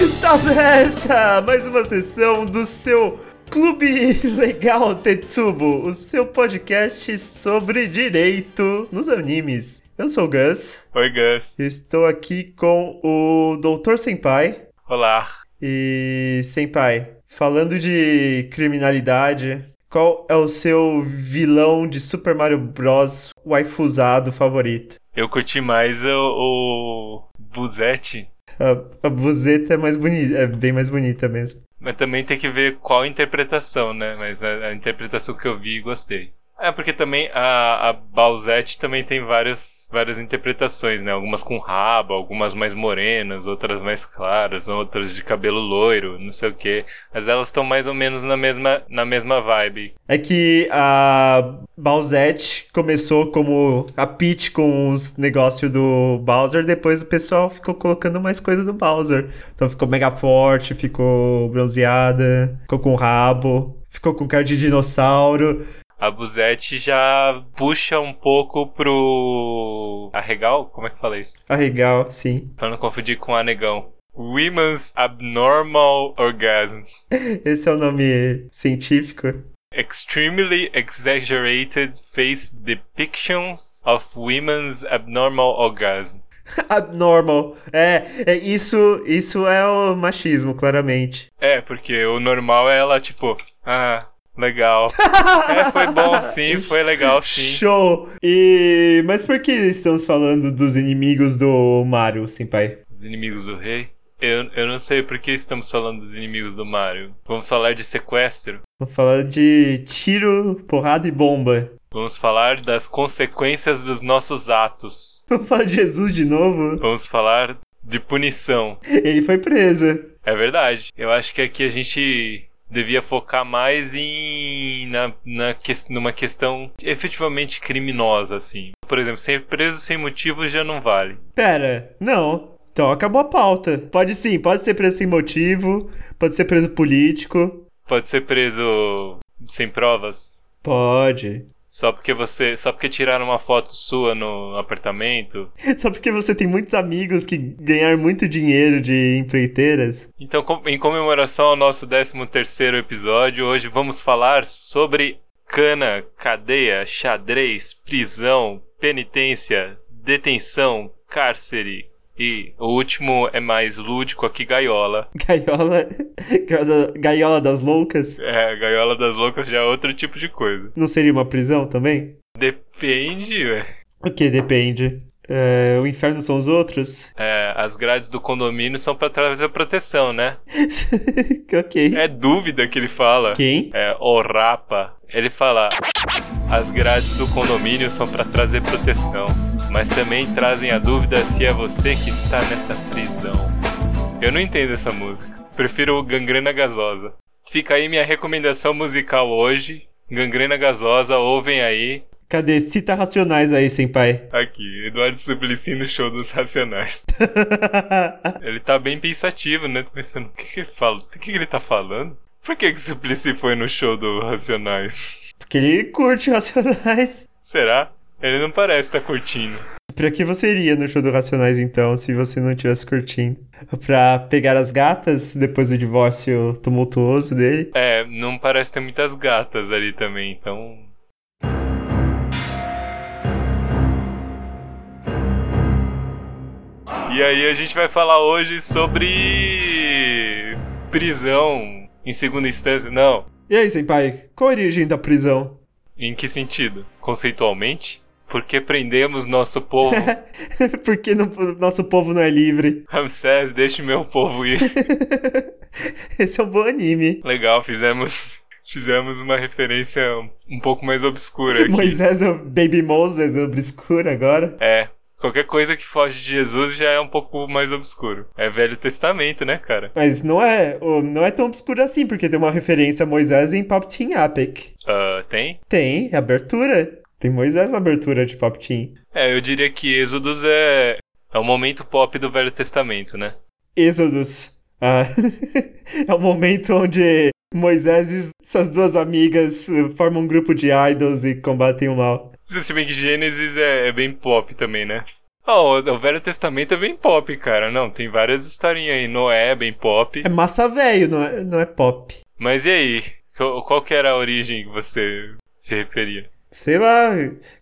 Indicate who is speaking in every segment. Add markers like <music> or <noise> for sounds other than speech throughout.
Speaker 1: Está aberta Tá mais uma sessão do seu Clube Legal Tetsubo, o seu podcast sobre direito nos animes. Eu sou o Gus,
Speaker 2: Oi, Gus.
Speaker 1: estou aqui com o Doutor Senpai.
Speaker 2: Olá.
Speaker 1: E Senpai, falando de criminalidade, qual é o seu vilão de Super Mario Bros. waifuzado favorito?
Speaker 2: Eu curti mais o, o Buzetti,
Speaker 1: A, a buzeta é mais bonita, é bem mais bonita mesmo.
Speaker 2: mas também tem que ver qual a interpretação, né? Mas a, a interpretação que eu vi, gostei. É, porque também a, a Balzette também tem várias, várias interpretações, né? Algumas com rabo, algumas mais morenas, outras mais claras, outras de cabelo loiro, não sei o quê. Mas elas estão mais ou menos na mesma, na mesma vibe.
Speaker 1: É que a Bowsette começou como a Peach com os negócios do Bowser, depois o pessoal ficou colocando mais coisa do Bowser. Então ficou mega forte, ficou bronzeada, ficou com rabo, ficou com cara de dinossauro.
Speaker 2: A Buzetti já puxa um pouco pro... Arregal? Como é que fala isso?
Speaker 1: Ah, legal, sim.
Speaker 2: Pra não confundir com anegão. Women's Abnormal Orgasm.
Speaker 1: Esse é o nome científico. <laughs>
Speaker 2: Extremely exaggerated face depictions of women's abnormal orgasm.
Speaker 1: Abnormal. É, é isso, isso é o machismo, claramente.
Speaker 2: É, porque o normal é ela, tipo, ah, legal. É, foi
Speaker 1: <laughs>
Speaker 2: bom, sim, foi legal, sim.
Speaker 1: Show! E mas por que estamos falando dos inimigos do Mario, senpai?
Speaker 2: Os inimigos do rei? Eu, eu não sei por que estamos falando dos inimigos do Mario. Vamos falar de sequestro?
Speaker 1: Vou falar de tiro, porrada e bomba. <laughs>
Speaker 2: Vamos falar das consequências dos nossos atos.
Speaker 1: Vou falar de Jesus de novo.
Speaker 2: Vamos falar de punição.
Speaker 1: Ele foi preso.
Speaker 2: É verdade. Eu acho que aqui a gente devia focar mais em na, na ques- numa questão efetivamente criminosa, assim. Por exemplo, ser preso sem motivo já não vale.
Speaker 1: Pera, não. Então acabou a pauta. Pode sim, pode ser preso sem motivo, pode ser preso político.
Speaker 2: Pode ser preso sem provas.
Speaker 1: Pode. <laughs>
Speaker 2: Só porque você. Só porque tiraram uma foto sua no apartamento.
Speaker 1: Só porque você tem muitos amigos que ganharam muito dinheiro de empreiteiras.
Speaker 2: Então, com- em comemoração ao nosso 13 terceiro episódio, hoje vamos falar sobre cana, cadeia, xadrez, prisão, penitência, detenção, cárcere. E o último é mais lúdico aqui, gaiola.
Speaker 1: Gaiola. <laughs> Gaiola, gaiola das loucas.
Speaker 2: É, gaiola das loucas já é outro tipo de coisa.
Speaker 1: Não seria uma prisão também?
Speaker 2: Depende, ué.
Speaker 1: O que depende. É, o inferno são os outros? <laughs>
Speaker 2: É, as grades do condomínio são pra trazer proteção, né?
Speaker 1: ok.
Speaker 2: É dúvida que ele fala.
Speaker 1: Quem?
Speaker 2: é, o Rapa, ele fala: As grades do condomínio são para trazer proteção, mas também trazem a dúvida se é você que está nessa prisão. Eu não entendo essa música. Prefiro o Gangrena Gasosa. Fica aí minha recomendação musical hoje. Gangrena Gasosa, ouvem aí.
Speaker 1: Cadê? Cita racionais aí, senpai. <laughs>
Speaker 2: Aqui, Eduardo Suplicy no show dos Racionais. Ele tá bem pensativo, né? Tô pensando, o que, que ele fala? O que, que ele tá falando? Por que, que o Suplicy foi no show dos Racionais?
Speaker 1: Porque ele curte racionais.
Speaker 2: Será? Ele não parece estar curtindo.
Speaker 1: Pra que você iria no show do Racionais então, se você não estivesse curtindo? Pra pegar as gatas depois do divórcio tumultuoso dele?
Speaker 2: É, não parece ter muitas gatas ali também, então. E aí a gente vai falar hoje sobre prisão em segunda instância. Não.
Speaker 1: E aí, senpai? Qual a origem da prisão? <laughs>
Speaker 2: Em que sentido? Conceitualmente? Porque prendemos nosso povo.
Speaker 1: Por que não- nosso povo não é livre? <laughs>
Speaker 2: Ramsés, deixe meu povo ir.
Speaker 1: Esse é um bom anime.
Speaker 2: Legal, fizemos fizemos uma referência um- um pouco mais obscura aqui.
Speaker 1: Moisés é o Baby Moses, obscuro agora.
Speaker 2: É, qualquer coisa que foge de Jesus já é um pouco mais obscuro. É Velho Testamento, né, cara?
Speaker 1: Mas não é, ô, não é tão obscuro assim, porque tem uma referência a Moisés em Pop Team Epic.
Speaker 2: Ah, tem?
Speaker 1: Tem, é abertura. Tem Moisés na abertura de Pop Team.
Speaker 2: É, eu diria que Êxodos é é o momento pop do Velho Testamento, né?
Speaker 1: Êxodos. Ah, <laughs> é o momento onde Moisés e suas duas amigas eh, formam um grupo de idols e combatem o mal.
Speaker 2: Se se bem que Gênesis é, é bem pop também, né? Oh, o Velho Testamento é bem pop, cara. Não, tem várias historinhas aí. Noé é bem pop.
Speaker 1: É massa velho, não é, não é pop.
Speaker 2: Mas e aí? Qual, qual que era a origem que você se referia?
Speaker 1: Sei lá,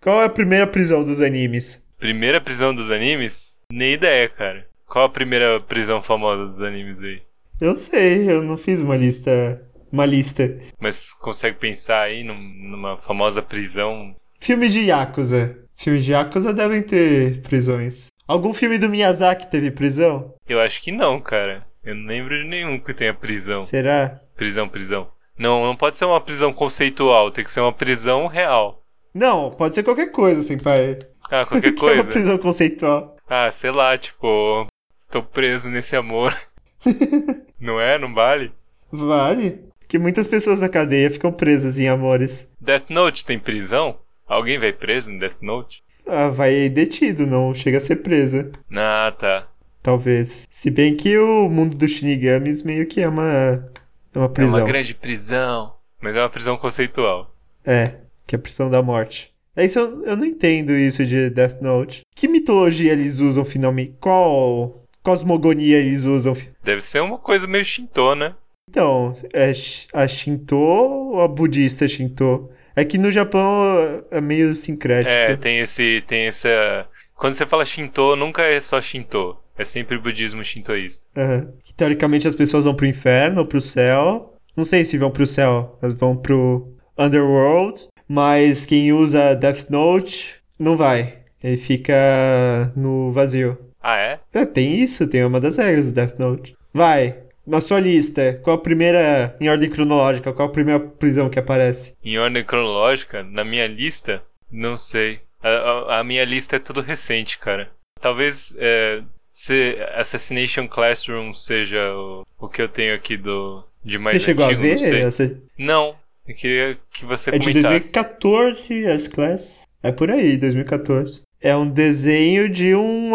Speaker 1: qual é a primeira prisão dos animes?
Speaker 2: Primeira prisão dos animes? Nem ideia, cara. Qual a primeira prisão famosa dos animes aí?
Speaker 1: Eu sei, eu não fiz uma lista. Uma lista.
Speaker 2: Mas consegue pensar aí num- numa famosa prisão?
Speaker 1: Filmes de Yakuza. Filmes de Yakuza devem ter prisões. Algum filme do Miyazaki teve prisão?
Speaker 2: Eu acho que não, cara. Eu não lembro de nenhum que tenha prisão.
Speaker 1: Será?
Speaker 2: Prisão, prisão. Não, não pode ser uma prisão conceitual, tem que ser uma prisão real.
Speaker 1: Não, pode ser qualquer coisa, senpai.
Speaker 2: Ah,
Speaker 1: <laughs> Que é
Speaker 2: qualquer
Speaker 1: uma
Speaker 2: coisa.
Speaker 1: prisão conceitual.
Speaker 2: Ah, sei lá, tipo, estou preso
Speaker 1: <laughs>
Speaker 2: nesse amor. não é? Não vale?
Speaker 1: Vale. Que muitas pessoas na cadeia ficam presas em amores.
Speaker 2: Death Note tem prisão? Alguém vai preso no Death Note?
Speaker 1: Ah, vai detido, não chega a ser preso.
Speaker 2: Ah, tá.
Speaker 1: Talvez. Se bem que o mundo dos Shinigamis meio que é uma. É uma
Speaker 2: É
Speaker 1: prisão.
Speaker 2: uma grande prisão. Mas é uma prisão conceitual.
Speaker 1: É, que é a prisão da morte. É isso, eu, eu não entendo isso de Death Note. Que mitologia eles usam finalmente? Qual cosmogonia eles usam? fi-
Speaker 2: Deve ser uma coisa meio Shinto, né?
Speaker 1: Então, é Sh- a Shinto ou a budista Shinto? É que no Japão é tipo meio sincrético.
Speaker 2: É, tem esse. Tem essa. Quando você fala Shinto, nunca é só Shinto. É sempre budismo shintoísta.
Speaker 1: Aham. Que, teoricamente as pessoas vão pro inferno ou pro céu. Não sei se vão pro céu, elas vão pro Underworld. Mas quem usa Death Note não vai. Ele fica no vazio.
Speaker 2: Ah, é?
Speaker 1: É, tem isso, tem uma das regras do Death Note. Vai, na sua lista, qual a primeira, em ordem cronológica, qual a primeira prisão que aparece?
Speaker 2: Em ordem cronológica, na minha lista, não sei. A, a- a minha lista é tudo recente, cara. Talvez é, se Assassination Classroom seja o, o que eu tenho aqui do de É mais
Speaker 1: você chegou
Speaker 2: antigo,
Speaker 1: a ver?
Speaker 2: não sei.
Speaker 1: Essa-
Speaker 2: Não, eu queria que você
Speaker 1: é de
Speaker 2: comentasse.
Speaker 1: 2014, as class. É por aí, 2014. É um desenho de um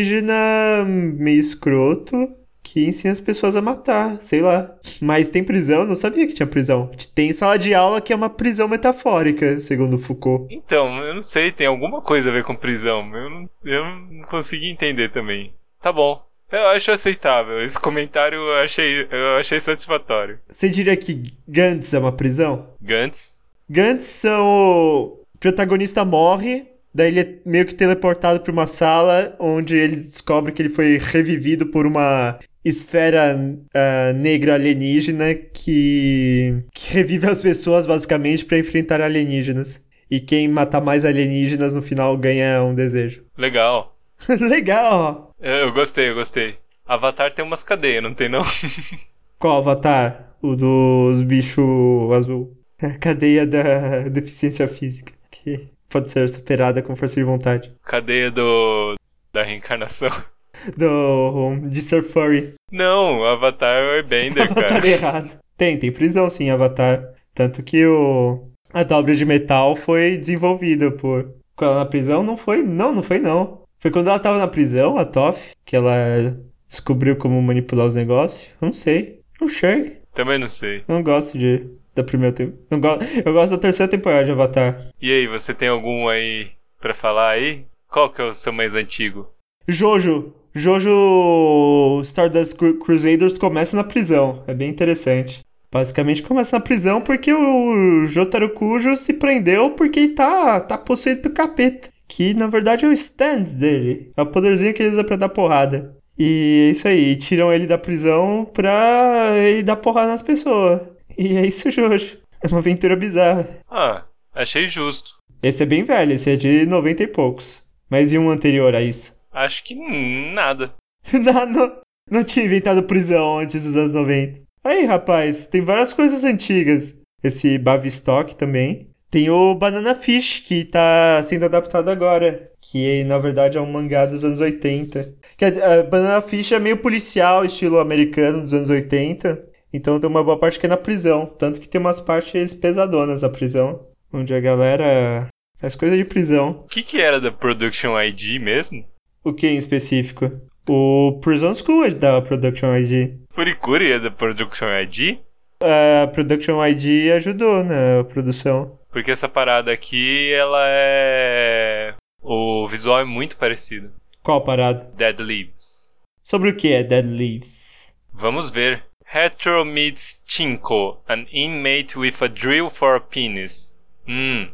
Speaker 1: alienígena meio escroto que ensina as pessoas a matar, sei lá. Mas tem prisão, não sabia que tinha prisão. Tem sala de aula que é uma prisão metafórica, segundo Foucault.
Speaker 2: Então, eu não sei, tem alguma coisa a ver com prisão. Eu não, eu não consegui entender também. Tá bom. Eu acho aceitável. Esse comentário eu achei, eu achei satisfatório.
Speaker 1: Você diria que Gantz é uma prisão?
Speaker 2: Gantz?
Speaker 1: Gantz são o o protagonista morre, daí ele é meio que teleportado para uma sala onde ele descobre que ele foi revivido por uma esfera ah, negra alienígena que, que revive as pessoas basicamente para enfrentar alienígenas. E quem matar mais alienígenas no final ganha um desejo. <laughs>
Speaker 2: Legal.
Speaker 1: Legal!
Speaker 2: Eu, eu gostei, eu gostei. Avatar tem umas cadeias, não tem não? <laughs>
Speaker 1: Qual avatar? O dos bichos azul. <laughs> A cadeia da deficiência física, que pode ser superada com força de vontade.
Speaker 2: Cadeia do. da reencarnação. <laughs>
Speaker 1: do, de ser furry.
Speaker 2: Não, Avatar é o
Speaker 1: <laughs>
Speaker 2: Airbender,
Speaker 1: Avatar
Speaker 2: cara.
Speaker 1: errado. Tem, tem prisão sim, em Avatar. Tanto que o, a dobra de metal foi desenvolvida por. Quando ela na prisão? Não foi, não, não foi não. Foi quando ela tava na prisão, a Toph, que ela descobriu como manipular os negócios. Não sei. Não sei.
Speaker 2: Também não sei.
Speaker 1: Não gosto de. Da primeira tem- não go- Eu gosto da terceira temporada de Avatar.
Speaker 2: E aí, você tem algum aí pra falar aí? Qual que é o seu mais antigo?
Speaker 1: Jojo. Jojo Stardust Cru- Crusaders começa na prisão. É bem interessante. Basicamente começa na prisão porque o Jotaro Kujo se prendeu porque ele tá, tá possuído pelo capeta. Que na verdade é o stand dele. É o poderzinho que ele usa pra dar porrada. E é isso aí. Tiram ele da prisão pra ele dar porrada nas pessoas. E é isso, Jojo. É uma aventura bizarra.
Speaker 2: Ah, achei justo.
Speaker 1: Esse é bem velho, esse é de 90 e poucos. Mas e um anterior a isso?
Speaker 2: Acho que hum, nada.
Speaker 1: <laughs> não, não, não tinha inventado prisão antes dos anos 90. Aí, rapaz, tem várias coisas antigas. Esse Bavistock também. Tem o Banana Fish, que tá sendo adaptado agora. Que, na verdade, é um mangá dos anos 80. Que, eh, Banana Fish é meio policial, estilo americano dos anos 80. Então tem uma boa parte que é na prisão. Tanto que tem umas partes pesadonas da prisão. Onde a galera faz coisa de prisão.
Speaker 2: O que que era da Production ID mesmo?
Speaker 1: O que em específico? O Prison School é da Production ID.
Speaker 2: Furikuri é da Production ID?
Speaker 1: A Production ID ajudou na né? produção.
Speaker 2: Porque essa parada aqui, ela é O visual é muito parecido.
Speaker 1: Qual parada?
Speaker 2: Dead Leaves.
Speaker 1: Sobre o que é Dead Leaves? <laughs>
Speaker 2: Vamos ver. Hetero meets Chinko, an inmate with a drill for a penis. Hum,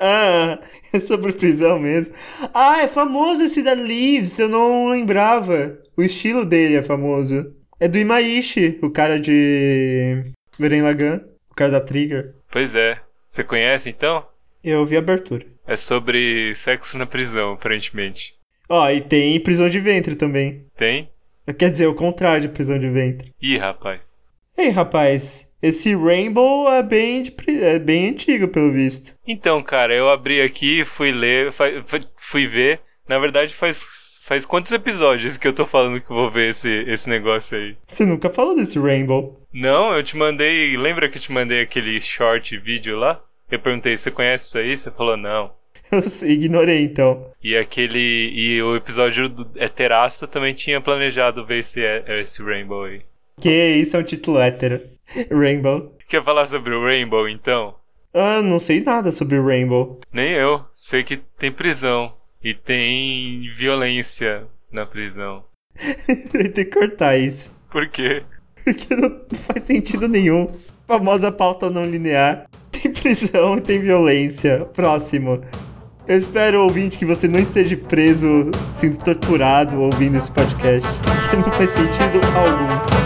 Speaker 1: ah, é sobre prisão mesmo. Ah, é famoso esse Dead Leaves, eu não lembrava. O estilo dele é famoso. É do Imaishi, o cara de Beren Lagan, o cara da Trigger.
Speaker 2: pois é. Você conhece então?
Speaker 1: Eu vi a abertura.
Speaker 2: É sobre sexo na prisão, aparentemente.
Speaker 1: Ó, e tem prisão de ventre também.
Speaker 2: Tem?
Speaker 1: Quer dizer, o contrário de prisão de ventre.
Speaker 2: Ih, rapaz.
Speaker 1: Ei, rapaz, esse Rainbow é bem, de pri- é bem antigo, pelo visto.
Speaker 2: Então, cara, eu abri aqui, fui ler, fa- fa- fui ver. Na verdade, faz, faz quantos episódios que eu tô falando que eu vou ver esse, esse negócio aí?
Speaker 1: Você nunca falou desse Rainbow. <laughs>
Speaker 2: Não, eu te mandei. Lembra que eu te mandei aquele short vídeo lá? Eu perguntei, você conhece isso aí? Você falou não.
Speaker 1: Eu ignorei, então.
Speaker 2: E aquele. E o episódio do Heteraço também tinha planejado ver esse, é, esse Rainbow aí.
Speaker 1: Que isso é um título hétero. Rainbow.
Speaker 2: Quer falar sobre o Rainbow então?
Speaker 1: Ah, não sei nada sobre o Rainbow. <laughs>
Speaker 2: Nem eu. Sei que tem prisão. E tem violência na prisão.
Speaker 1: Vai ter que cortar isso.
Speaker 2: Por quê?
Speaker 1: Porque não faz sentido nenhum. Famosa pauta não linear. Tem prisão e tem violência. Próximo. Eu espero, ouvinte, que você não esteja preso, sendo torturado ouvindo esse podcast. Porque não faz sentido algum.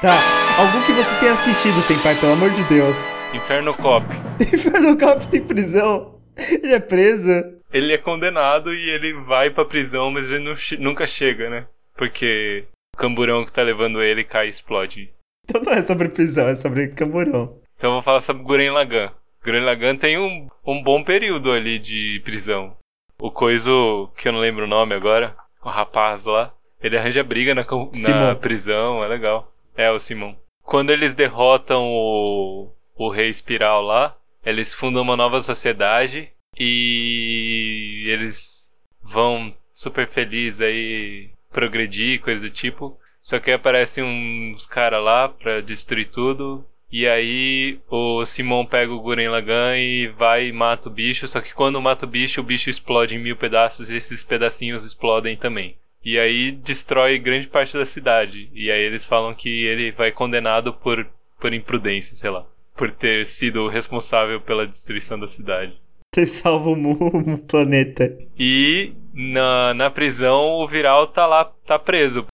Speaker 1: Tá, algum que você tenha assistido, Senpai, pelo amor de Deus.
Speaker 2: Inferno Cop.
Speaker 1: Inferno Cop tem tá prisão. Ele é preso.
Speaker 2: Ele é condenado e ele vai pra prisão, mas ele não che- nunca chega, né? Porque o camburão que tá levando ele cai e explode.
Speaker 1: Então não é sobre prisão, é sobre camburão.
Speaker 2: Então eu vou falar sobre Guren Lagan. Guren Lagan tem um, um bom período ali de prisão. O coiso, que eu não lembro o nome agora, o rapaz lá, ele arranja briga na, co- na
Speaker 1: Simão.
Speaker 2: prisão, é legal. É, o Simão. Quando eles derrotam o, o Rei Espiral lá, eles fundam uma nova sociedade e eles vão super felizes aí progredir, coisa do tipo. Só que aí aparecem uns caras lá pra destruir tudo. E aí o Simon pega o Guren Lagan e vai e mata o bicho. Só que quando mata o bicho, o bicho explode em mil pedaços e esses pedacinhos explodem também. E aí destrói grande parte da cidade. E aí eles falam que ele vai condenado por, por imprudência, sei lá. Por ter sido o responsável pela destruição da cidade.
Speaker 1: Ter salvo o mu- <laughs> o planeta.
Speaker 2: E na, na prisão o Viral tá lá, tá preso.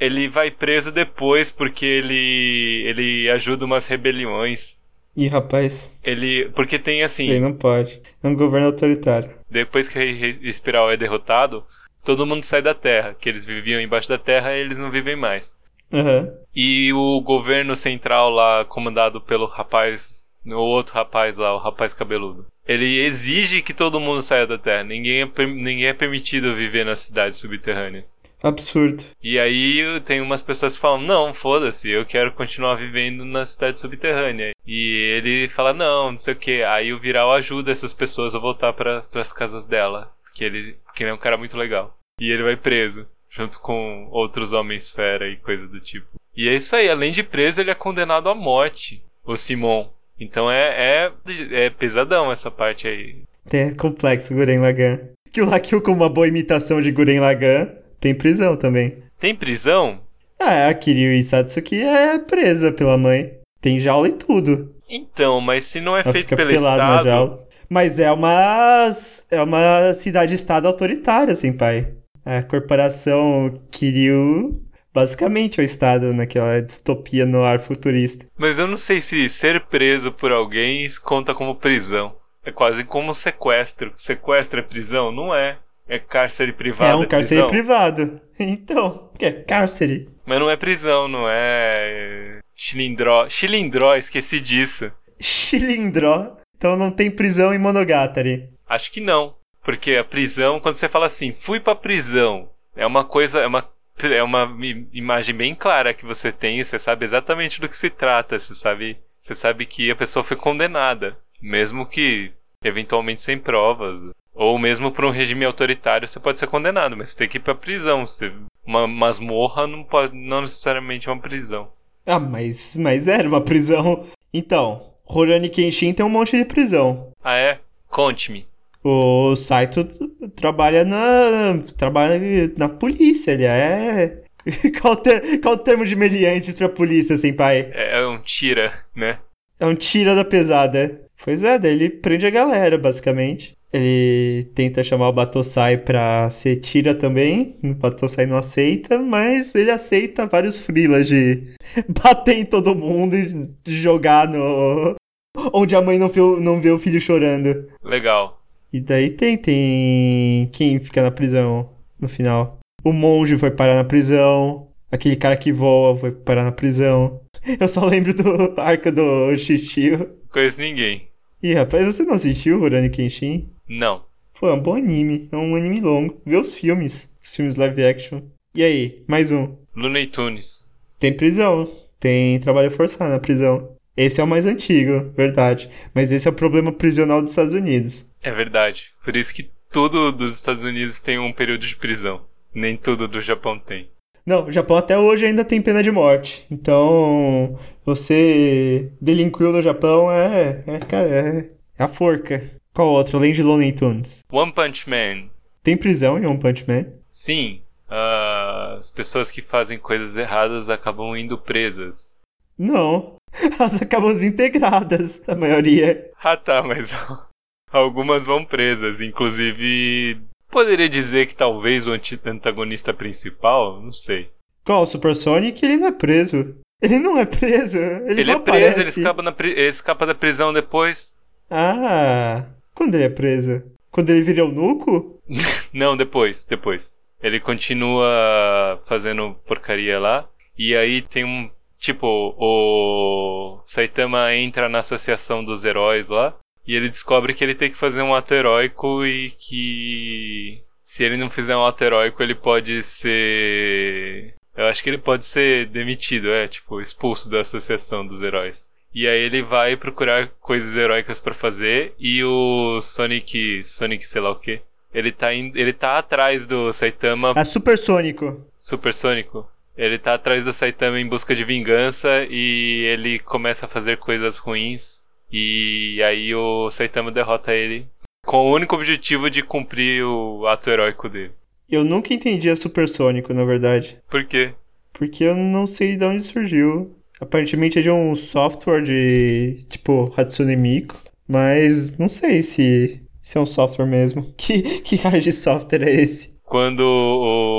Speaker 2: Ele vai preso depois porque ele ele ajuda umas rebeliões.
Speaker 1: Ih, rapaz.
Speaker 2: Ele porque tem assim,
Speaker 1: Ele não pode. É um governo autoritário.
Speaker 2: depois que o Rei Espiral é derrotado, todo mundo sai da Terra, que eles viviam embaixo da Terra, e eles não vivem mais.
Speaker 1: Aham.
Speaker 2: E o governo central lá, comandado pelo rapaz, o outro rapaz lá, o rapaz cabeludo. Ele exige que todo mundo saia da Terra. Ninguém é, per- ninguém é permitido viver nas cidades subterrâneas.
Speaker 1: Absurdo.
Speaker 2: E aí tem umas pessoas que falam, não, foda-se, eu quero continuar vivendo na cidade subterrânea. E ele fala, não, não sei o que. Aí o Viral ajuda essas pessoas a voltar para as casas dela. Porque ele, porque ele é um cara muito legal. E ele vai preso, junto com outros homens fera e coisa do tipo. E é isso aí, além de preso, ele é condenado à morte, o Simon. Então é, é, é pesadão essa parte aí.
Speaker 1: É complexo, Guren Lagan. Que o Lakil com uma boa imitação de Guren Lagan tem prisão também.
Speaker 2: Tem prisão?
Speaker 1: Ah, a Kiryu Isatsuki é presa pela mãe. Tem jaula e tudo.
Speaker 2: Então, mas se não é
Speaker 1: Ela
Speaker 2: <laughs> feito
Speaker 1: fica
Speaker 2: pelo
Speaker 1: pelada na
Speaker 2: Estado,
Speaker 1: jaula. Mas é uma. É uma cidade-estado autoritária, assim, pai. A corporação Kiryu. Basicamente é o Estado naquela distopia no ar futurista.
Speaker 2: Mas eu não sei se ser preso por alguém conta como prisão. É quase como um sequestro. Sequestro é prisão? Não é. É cárcere privado.
Speaker 1: é um cárcere
Speaker 2: prisão.
Speaker 1: privado. Então, que é cárcere.
Speaker 2: Mas não é prisão, não é. é, Chilindró. Chilindró, esqueci disso.
Speaker 1: Chilindró. Então não tem prisão em Monogatari.
Speaker 2: Acho que não. Porque a prisão, quando você fala assim, fui pra prisão, é uma coisa, é uma, é uma i- imagem bem clara que você tem, você sabe exatamente do que se trata, você sabe, você sabe que a pessoa foi condenada, mesmo que eventualmente sem provas Ou mesmo por um regime autoritário você pode ser condenado, mas você tem que ir pra prisão. Você, uma masmorra não, pode, não necessariamente é uma prisão.
Speaker 1: Ah, mas, mas era uma prisão. Então, Rurouni Kenshin tem um monte de prisão.
Speaker 2: Ah, é? Conte-me.
Speaker 1: O Saito t- trabalha na. trabalha na polícia, ele é. <laughs> Qual, ter, qual o termo de meliantes pra polícia, assim, pai?
Speaker 2: É, é um tira, né?
Speaker 1: É um tira da pesada. Pois é, daí ele prende a galera, basicamente. Ele tenta chamar o Batosai pra ser tira também. O Batosai não aceita, mas ele aceita vários frilas de <laughs> bater em todo mundo e jogar no. Onde a mãe não viu- não vê o filho chorando.
Speaker 2: Legal.
Speaker 1: E daí tem, tem quem fica na prisão no final. O monge foi parar na prisão. Aquele cara que voa foi parar na prisão. <laughs> Eu só lembro do <laughs> arco do Shishio.
Speaker 2: Conheço ninguém. Ih,
Speaker 1: rapaz, você não assistiu Rurouni Kenshin?
Speaker 2: Não.
Speaker 1: Pô, é um bom anime. É um anime longo. Vê os filmes. Os filmes live action. E aí, mais um.
Speaker 2: Looney Tunes.
Speaker 1: Tem prisão. Tem trabalho forçado na prisão. Esse é o mais antigo, verdade. Mas esse é o problema prisional dos Estados Unidos.
Speaker 2: É verdade. Por isso que tudo dos Estados Unidos tem um período de prisão. Nem tudo do Japão tem.
Speaker 1: Não, o Japão até hoje ainda tem pena de morte. Então, você delinquiu no Japão é, é, cara, é, é a forca. Qual outro, além de Looney Tunes?
Speaker 2: One Punch Man.
Speaker 1: Tem prisão em One Punch Man?
Speaker 2: Sim. ah, as pessoas que fazem coisas erradas acabam indo presas. <laughs>
Speaker 1: Não. <laughs> Elas acabam desintegradas, a maioria.
Speaker 2: Ah tá, mas <laughs> algumas vão presas. Inclusive, poderia dizer que talvez o anti- antagonista principal, não sei.
Speaker 1: Qual, o Super Sonic? Ele não é preso. Ele não é preso. Ele,
Speaker 2: Ele,
Speaker 1: não
Speaker 2: é preso,
Speaker 1: aparece.
Speaker 2: ele escapa, na pri- ele escapa da prisão depois.
Speaker 1: Ah, quando ele é preso? Quando ele vira eunuco?
Speaker 2: Não, depois, depois. Ele continua fazendo porcaria lá. E aí tem um. Tipo, o Saitama entra na associação dos heróis lá. E ele descobre que ele tem que fazer um ato heróico e que. Se ele não fizer um ato heróico, ele pode ser. Eu acho que ele pode ser demitido, é, tipo, expulso da associação dos heróis. E aí ele vai procurar coisas heróicas pra fazer e o Sonic, Sonic sei lá o quê, ele tá, in- ele tá atrás do Saitama
Speaker 1: Ah, Supersônico.
Speaker 2: Supersônico. Ele tá atrás do Saitama em busca de vingança e ele começa a fazer coisas ruins. E aí o Saitama derrota ele com o único objetivo de cumprir o ato heróico dele.
Speaker 1: Eu nunca entendi a Supersônico, na verdade.
Speaker 2: Por quê?
Speaker 1: Porque eu não sei de onde surgiu. Aparentemente é de um software de tipo Hatsune Miku, mas não sei se, se é um software mesmo. <laughs> Que, que raio de software é esse?
Speaker 2: Quando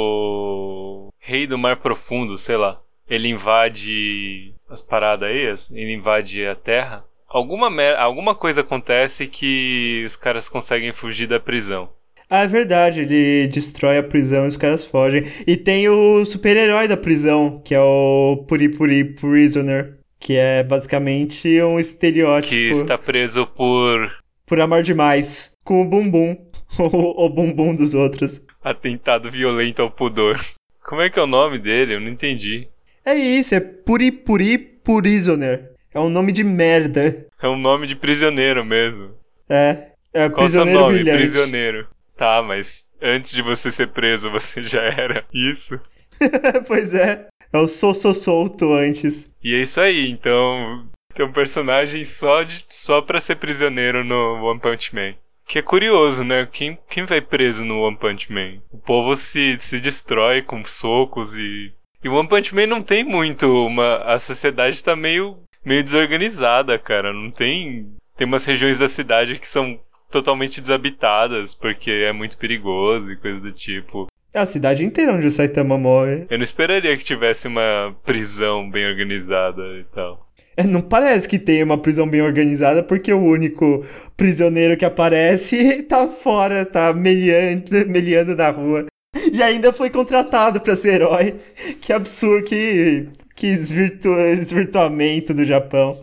Speaker 2: o rei do mar profundo, sei lá, ele invade as paradas aí, as- ele invade a terra, alguma, mer- alguma coisa acontece que os caras conseguem fugir da prisão.
Speaker 1: Ah, é verdade, ele destrói a prisão e os caras fogem. E tem o super-herói da prisão, que é o Puripuri Prisoner, que é basicamente um estereótipo
Speaker 2: Que está preso por
Speaker 1: por amar demais, com o bumbum, <laughs> o, o bumbum dos outros.
Speaker 2: Atentado violento ao pudor. Como é que é o nome dele? Eu não entendi.
Speaker 1: É isso, é Puripuri Prisoner. É um nome de merda.
Speaker 2: É um nome de prisioneiro mesmo.
Speaker 1: É. É
Speaker 2: Qual o seu
Speaker 1: prisioneiro
Speaker 2: nome?
Speaker 1: brilhante.
Speaker 2: Prisioneiro. Tá, mas antes de você ser preso, você <laughs> já era isso.
Speaker 1: <laughs> pois é. É o sou, sou solto antes.
Speaker 2: E é isso aí, então. Tem um personagem só, de, só pra ser prisioneiro no One Punch Man. Que é curioso, né? Quem, quem vai preso no One Punch Man? O povo se, se destrói com socos e. E o One Punch Man não tem muito uma. A sociedade tá meio, meio desorganizada, cara. Não tem. Tem umas regiões da cidade que são totalmente desabitadas porque é muito perigoso e coisa do tipo.
Speaker 1: É a cidade inteira onde o Saitama morre.
Speaker 2: Eu não esperaria que tivesse uma prisão bem organizada e tal.
Speaker 1: É, não parece que tem uma prisão bem organizada, porque o único prisioneiro que aparece <laughs> tá fora, tá meliando, meliando na rua. E ainda foi contratado pra ser herói. Que absurdo, que, que esvirtu- esvirtuamento do Japão.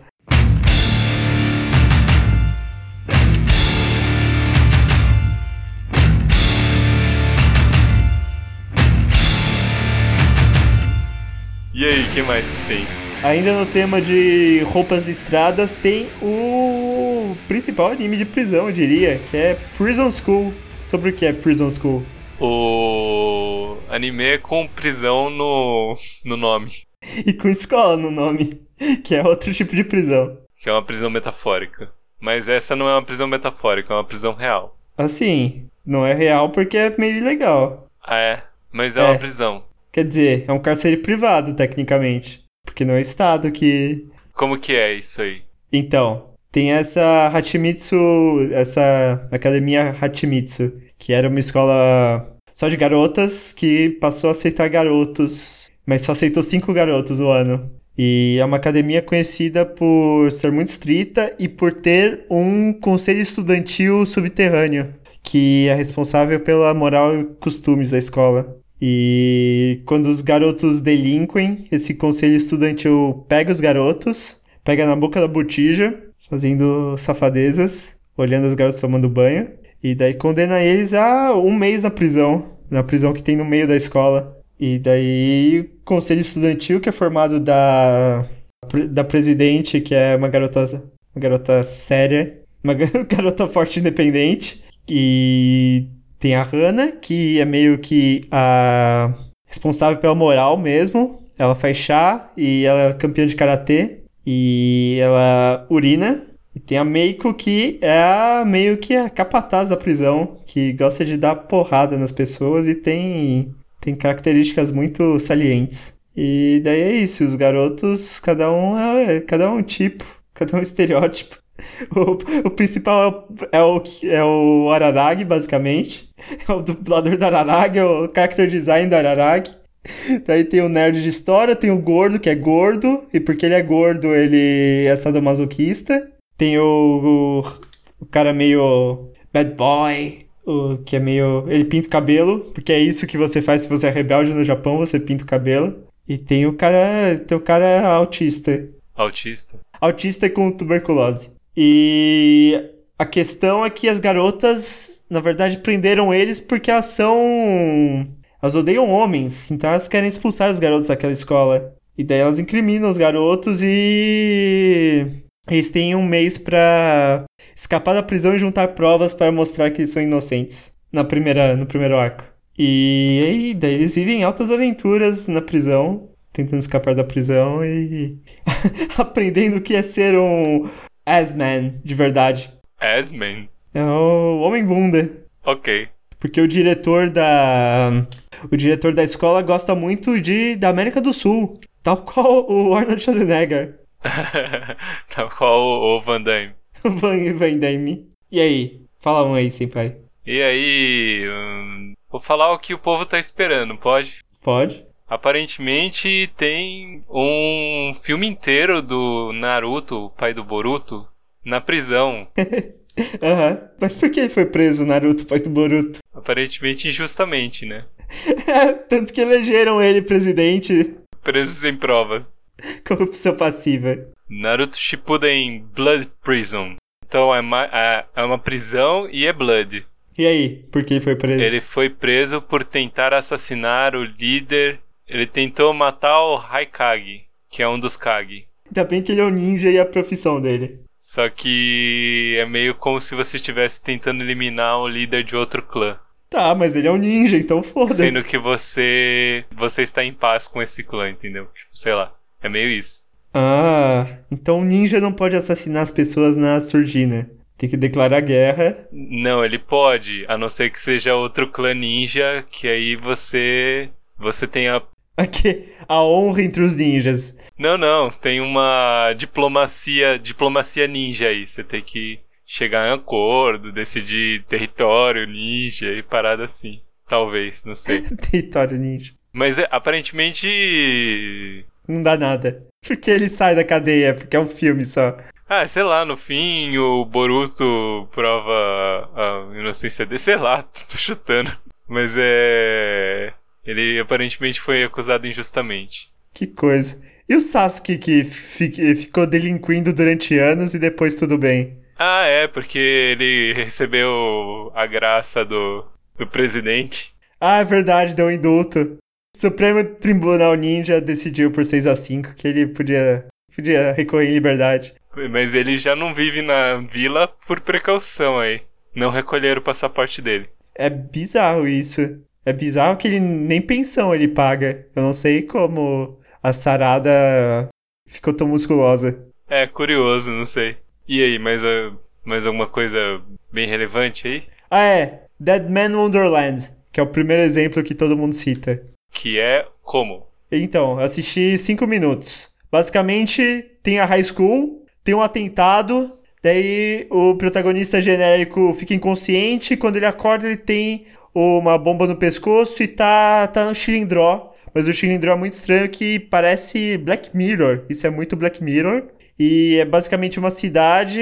Speaker 2: E aí, que mais que tem?
Speaker 1: Ainda no tema de roupas listradas, tem o principal anime de prisão, eu diria, que é Prison School. Sobre o que é Prison School?
Speaker 2: O anime é com prisão no, no nome,
Speaker 1: E com escola no nome, <laughs> que é outro tipo de prisão.
Speaker 2: que é uma prisão metafórica. Mas essa não é uma prisão metafórica, é uma prisão real.
Speaker 1: Assim, não é real porque é meio ilegal.
Speaker 2: Ah, é? Mas é,
Speaker 1: É.
Speaker 2: uma prisão.
Speaker 1: Quer dizer, é um cárcere privado, tecnicamente. Porque não é o Estado que
Speaker 2: Como que é isso aí?
Speaker 1: Então, tem essa Hachimitsu, essa academia Hachimitsu, que era uma escola só de garotas que passou a aceitar garotos, mas só aceitou cinco garotos no ano. E é uma academia conhecida por ser muito estrita e por ter um conselho estudantil subterrâneo, que é responsável pela moral e costumes da escola. E quando os garotos delinquem, esse conselho estudantil pega os garotos pega na boca da botija, fazendo safadezas, olhando as garotas tomando banho, e daí condena eles a um mês na prisão, na prisão que tem no meio da escola. E daí o conselho estudantil, que é formado da, da presidente, que é uma garota, uma garota séria, uma <laughs> ga- garota forte e independente, e tem a Hannah, que é meio que a responsável pela moral mesmo. Ela faz chá e ela é campeã de karatê. E ela urina. E tem a Meiko, que é a, meio que a capataz da prisão, que gosta de dar porrada nas pessoas e tem, tem características muito salientes. E daí é isso, os garotos, cada um é, cada um é um tipo, <laughs> cada um é um estereótipo. O, o principal é o, é o, que- é o Araragi, basicamente. <laughs> É o dublador da Araragi, é o character design da Araragi. Daí Então, tem o nerd de história, tem o gordo, que é gordo, e porque ele é gordo, ele é sadomasoquista. Tem o, o, o cara meio bad boy, o, que é meio. Ele pinta o cabelo, porque é isso que você faz se você é rebelde no Japão, você pinta o cabelo. E tem o cara. Tem o cara autista.
Speaker 2: Autista?
Speaker 1: Autista com tuberculose. E a questão é que as garotas, na verdade, prenderam eles porque elas são. Elas odeiam homens, então elas querem expulsar os garotos daquela escola. E daí elas incriminam os garotos e. Eles têm um mês pra escapar da prisão e juntar provas para mostrar que eles são inocentes na primeira, no primeiro arco. E aí, daí eles vivem altas aventuras na prisão, tentando escapar da prisão e <laughs> aprendendo o que é ser um ass-man de verdade.
Speaker 2: Asman?
Speaker 1: É o homem bunda.
Speaker 2: Ok. <laughs>
Speaker 1: Porque o diretor da. O diretor da escola gosta muito de da América do Sul. Tal qual o Arnold Schwarzenegger. <laughs>
Speaker 2: Tal Tá, qual o o Van Damme.
Speaker 1: o Van, Van Damme. E aí? Fala um aí, senpai.
Speaker 2: E aí. hum, vou falar o que o povo tá esperando, pode?
Speaker 1: Pode?
Speaker 2: Aparentemente tem um filme inteiro do Naruto, o pai do Boruto, na prisão.
Speaker 1: Aham. Mas por que ele foi preso, Naruto, pai do Boruto? <laughs>
Speaker 2: Aparentemente injustamente, né?
Speaker 1: É, tanto que elegeram ele presidente. <laughs>
Speaker 2: Preso sem provas.
Speaker 1: Corrupção passiva.
Speaker 2: Naruto Shippuden Blood Prison. Então é, ma- é- é uma prisão e é Blood.
Speaker 1: E aí? Por que ele foi preso?
Speaker 2: Ele foi preso por tentar assassinar o líder. Ele tentou matar o Haikage, que é um dos Kage.
Speaker 1: Ainda bem que ele é um ninja e a profissão dele.
Speaker 2: Só que é meio como se você estivesse tentando eliminar o líder de outro clã.
Speaker 1: Tá, mas ele é um ninja, então foda-se.
Speaker 2: Sendo que você. você está em paz com esse clã, entendeu? Tipo, sei lá. É meio isso.
Speaker 1: Ah, então o ninja não pode assassinar as pessoas na surdina. Tem que declarar guerra. <laughs>
Speaker 2: Não, ele pode, a não ser que seja outro clã ninja, que aí você. Você tem a.
Speaker 1: Aqui, a honra entre os ninjas. <laughs>
Speaker 2: Não, não, tem uma diplomacia. Diplomacia ninja aí. Você tem que chegar em acordo, decidir território ninja e parada assim. Talvez, não sei.
Speaker 1: Território ninja.
Speaker 2: Mas é, aparentemente.
Speaker 1: Não dá nada. Porque ele sai da cadeia, porque é um filme só.
Speaker 2: Ah, sei lá, no fim o Boruto prova a inocência dele. Sei lá, <laughs> tô chutando. Mas é. Ele aparentemente foi acusado injustamente.
Speaker 1: Que coisa. E o Sasuke que fi- ficou delinquindo durante anos e depois tudo bem?
Speaker 2: Ah, é, porque ele recebeu a graça do, do presidente.
Speaker 1: Ah, é verdade, deu um indulto. O Supremo Tribunal Ninja decidiu por 6 a 5 que ele podia, podia recorrer em liberdade.
Speaker 2: Mas ele já não vive na vila por precaução aí. Não recolheram o passaporte dele.
Speaker 1: É bizarro isso. É bizarro que ele nem pensão ele paga. Eu não sei como a Sarada ficou tão musculosa.
Speaker 2: É curioso, não sei. E aí, mais, a- mais alguma coisa bem relevante aí?
Speaker 1: Ah, é. Dead Man Wonderland, que é o primeiro exemplo que todo mundo cita.
Speaker 2: Que é como?
Speaker 1: Então, eu assisti cinco minutos. Basicamente, tem a high school, tem um atentado, daí o protagonista genérico fica inconsciente, quando ele acorda ele tem uma bomba no pescoço e tá, tá no xilindró. Mas o xilindró é muito estranho que parece Black Mirror, isso é muito Black Mirror. E é basicamente uma cidade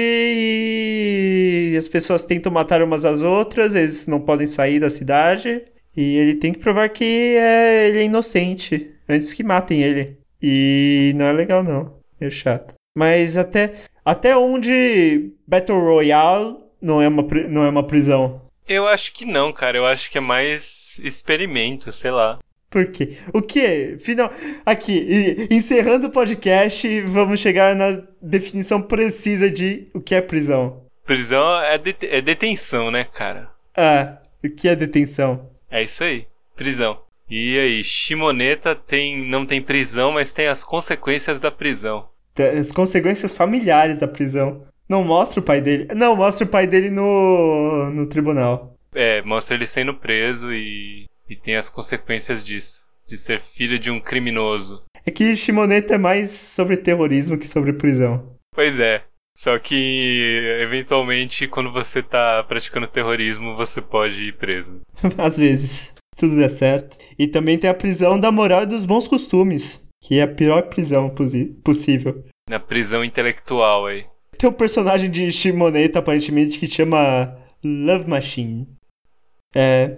Speaker 1: e as pessoas tentam matar umas às outras, eles não podem sair da cidade. E ele tem que provar que é, ele é inocente antes que matem ele. E não é legal, não. É chato. Mas até, até onde Battle Royale não é, uma, pri- não é uma prisão.
Speaker 2: Eu acho que não, cara. Eu acho que é mais experimento, sei lá.
Speaker 1: Por quê? O quê? Final... Aqui, e- encerrando o podcast, vamos chegar na definição precisa de o que é prisão.
Speaker 2: Prisão é, det- é detenção, né, cara?
Speaker 1: Ah, o que é detenção?
Speaker 2: É isso aí. Prisão. E aí, Shimoneta tem, não tem prisão, mas tem as consequências da prisão.
Speaker 1: as consequências familiares da prisão. Não mostra o pai dele. Não, mostra o pai dele no, no tribunal.
Speaker 2: É, mostra ele sendo preso e, e tem as consequências disso. De ser filho de um criminoso.
Speaker 1: É que Shimoneta é mais sobre terrorismo que sobre prisão. <laughs>
Speaker 2: Pois é. Só que, eventualmente, quando você tá praticando terrorismo, você pode ir preso.
Speaker 1: Às vezes. se Tudo der certo. E também tem a prisão da moral e dos bons costumes. Que é a pior prisão posi- possível.
Speaker 2: Na prisão intelectual aí.
Speaker 1: Tem um personagem de Shimoneta, aparentemente, que chama Love Machine. É.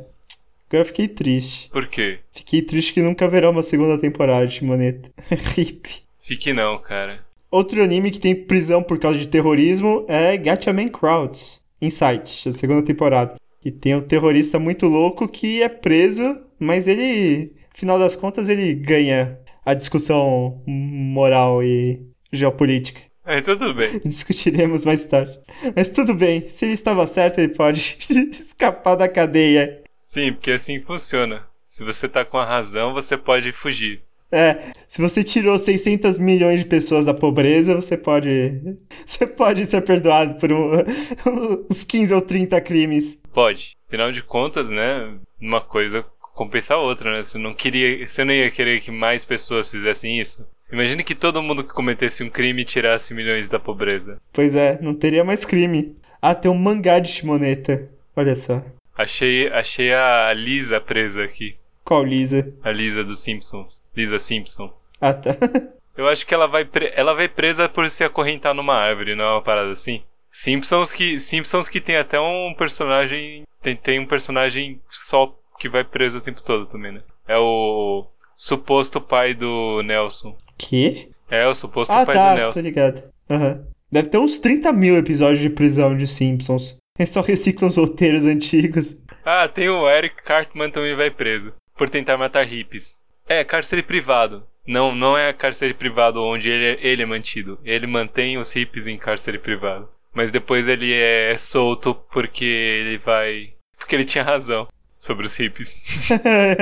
Speaker 1: Agora eu fiquei triste.
Speaker 2: Por quê?
Speaker 1: Fiquei triste que nunca haverá uma segunda temporada de Shimoneta. <laughs> É Rip.
Speaker 2: Fique não, cara.
Speaker 1: Outro anime que tem prisão por causa de terrorismo é Gatchaman Crowds, Insight, a segunda temporada. E tem um terrorista muito louco que é preso, mas ele, final das contas, ele ganha a discussão moral e geopolítica. <laughs>
Speaker 2: É, então tudo bem.
Speaker 1: Discutiremos mais tarde. Mas tudo bem, se ele estava certo, ele pode <laughs> escapar da cadeia.
Speaker 2: Sim, porque assim funciona. Se você tá com a razão, você pode fugir.
Speaker 1: É, se você tirou 600 milhões de pessoas da pobreza, você pode. <laughs> Você pode ser perdoado por um- <laughs> uns 15 ou 30 crimes.
Speaker 2: Pode. Afinal de contas, né? Uma coisa compensa a outra, né? Você não queria. Você não ia querer que mais pessoas fizessem isso. Imagine que todo mundo que cometesse um crime tirasse milhões da pobreza.
Speaker 1: Pois é, não teria mais crime. Ah, tem um mangá de Shimoneta. Olha só.
Speaker 2: Achei, achei a Lisa presa aqui.
Speaker 1: Qual Lisa?
Speaker 2: A Lisa dos Simpsons. Lisa Simpson.
Speaker 1: Ah, tá. <laughs>
Speaker 2: Eu acho que ela vai, pre- ela vai presa por se acorrentar numa árvore, não é uma parada assim? Simpsons que, Simpsons que tem até um personagem. Tem, tem um personagem só que vai preso o tempo todo também, né? É o suposto pai do Nelson.
Speaker 1: Quê?
Speaker 2: É o suposto
Speaker 1: Ah,
Speaker 2: pai
Speaker 1: tá,
Speaker 2: do
Speaker 1: tô
Speaker 2: Nelson.
Speaker 1: ligado. Aham. Deve ter uns 30 mil episódios de prisão de Simpsons. Eles só reciclam os roteiros antigos. <laughs>
Speaker 2: Ah, tem o Eric Cartman também vai preso. Por tentar matar hippies. É, cárcere privado. Não, não é cárcere privado onde ele, ele é mantido. Ele mantém os hippies em cárcere privado. Mas depois ele é solto porque ele vai. Porque ele tinha razão sobre os hippies. <laughs>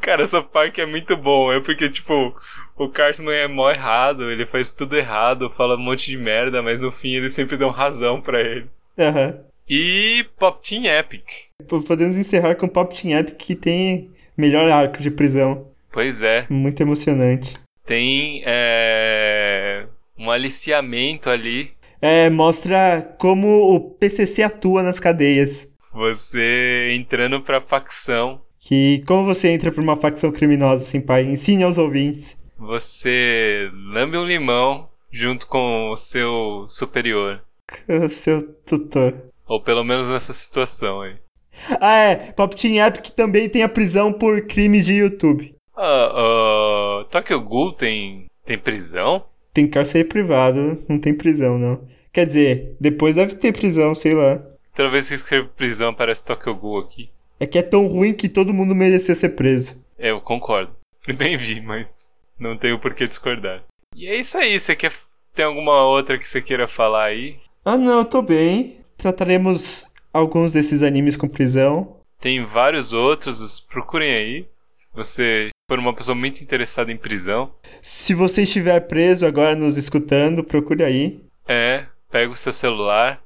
Speaker 2: Cara, essa parte é muito bom. É porque, tipo, o Cartman é mó errado, ele faz tudo errado, fala um monte de merda, mas no fim eles sempre dão razão pra ele.
Speaker 1: Aham.
Speaker 2: E Pop Team Epic.
Speaker 1: P- Podemos encerrar com Pop Team App que tem melhor arco de prisão.
Speaker 2: Pois é.
Speaker 1: Muito emocionante.
Speaker 2: tem é, um aliciamento ali.
Speaker 1: É, mostra como o PCC atua nas cadeias.
Speaker 2: Você entrando pra facção,
Speaker 1: Que como você entra pra uma facção criminosa, Senpai? Ensine aos ouvintes. <laughs>
Speaker 2: você lambe um limão junto com o seu superior.
Speaker 1: com o Seu tutor.
Speaker 2: Ou pelo menos nessa situação aí.
Speaker 1: Ah, é. Pop Team App que também tem a prisão por crimes de YouTube.
Speaker 2: Ah, ah, Tokyo Ghoul tem, tem prisão?
Speaker 1: Tem cárcere privado, não tem prisão, não. Quer dizer, depois deve ter prisão, sei lá.
Speaker 2: Toda vez que eu escrevo prisão aparece Tokyo Ghoul aqui.
Speaker 1: É que é tão ruim que todo mundo merecia ser preso.
Speaker 2: Eu concordo. <laughs> Nem vi, mas não tenho por que discordar. E é isso aí. Você quer. Tem alguma outra que você queira falar aí?
Speaker 1: Ah, não, eu tô bem. Trataremos alguns desses animes com prisão.
Speaker 2: Tem vários outros, procurem aí. Se você for uma pessoa muito interessada em prisão.
Speaker 1: Se você estiver preso agora nos escutando, procure aí.
Speaker 2: É, pega o seu celular.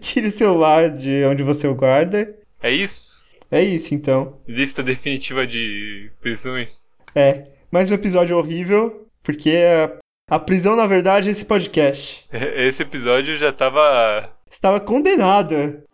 Speaker 1: Tire o celular de onde você o guarda.
Speaker 2: É isso?
Speaker 1: É isso então.
Speaker 2: Lista definitiva de prisões. <laughs>
Speaker 1: É, mais um episódio horrível, porque a, a prisão, na verdade, é esse podcast.
Speaker 2: Esse episódio já tava.
Speaker 1: Estava condenado.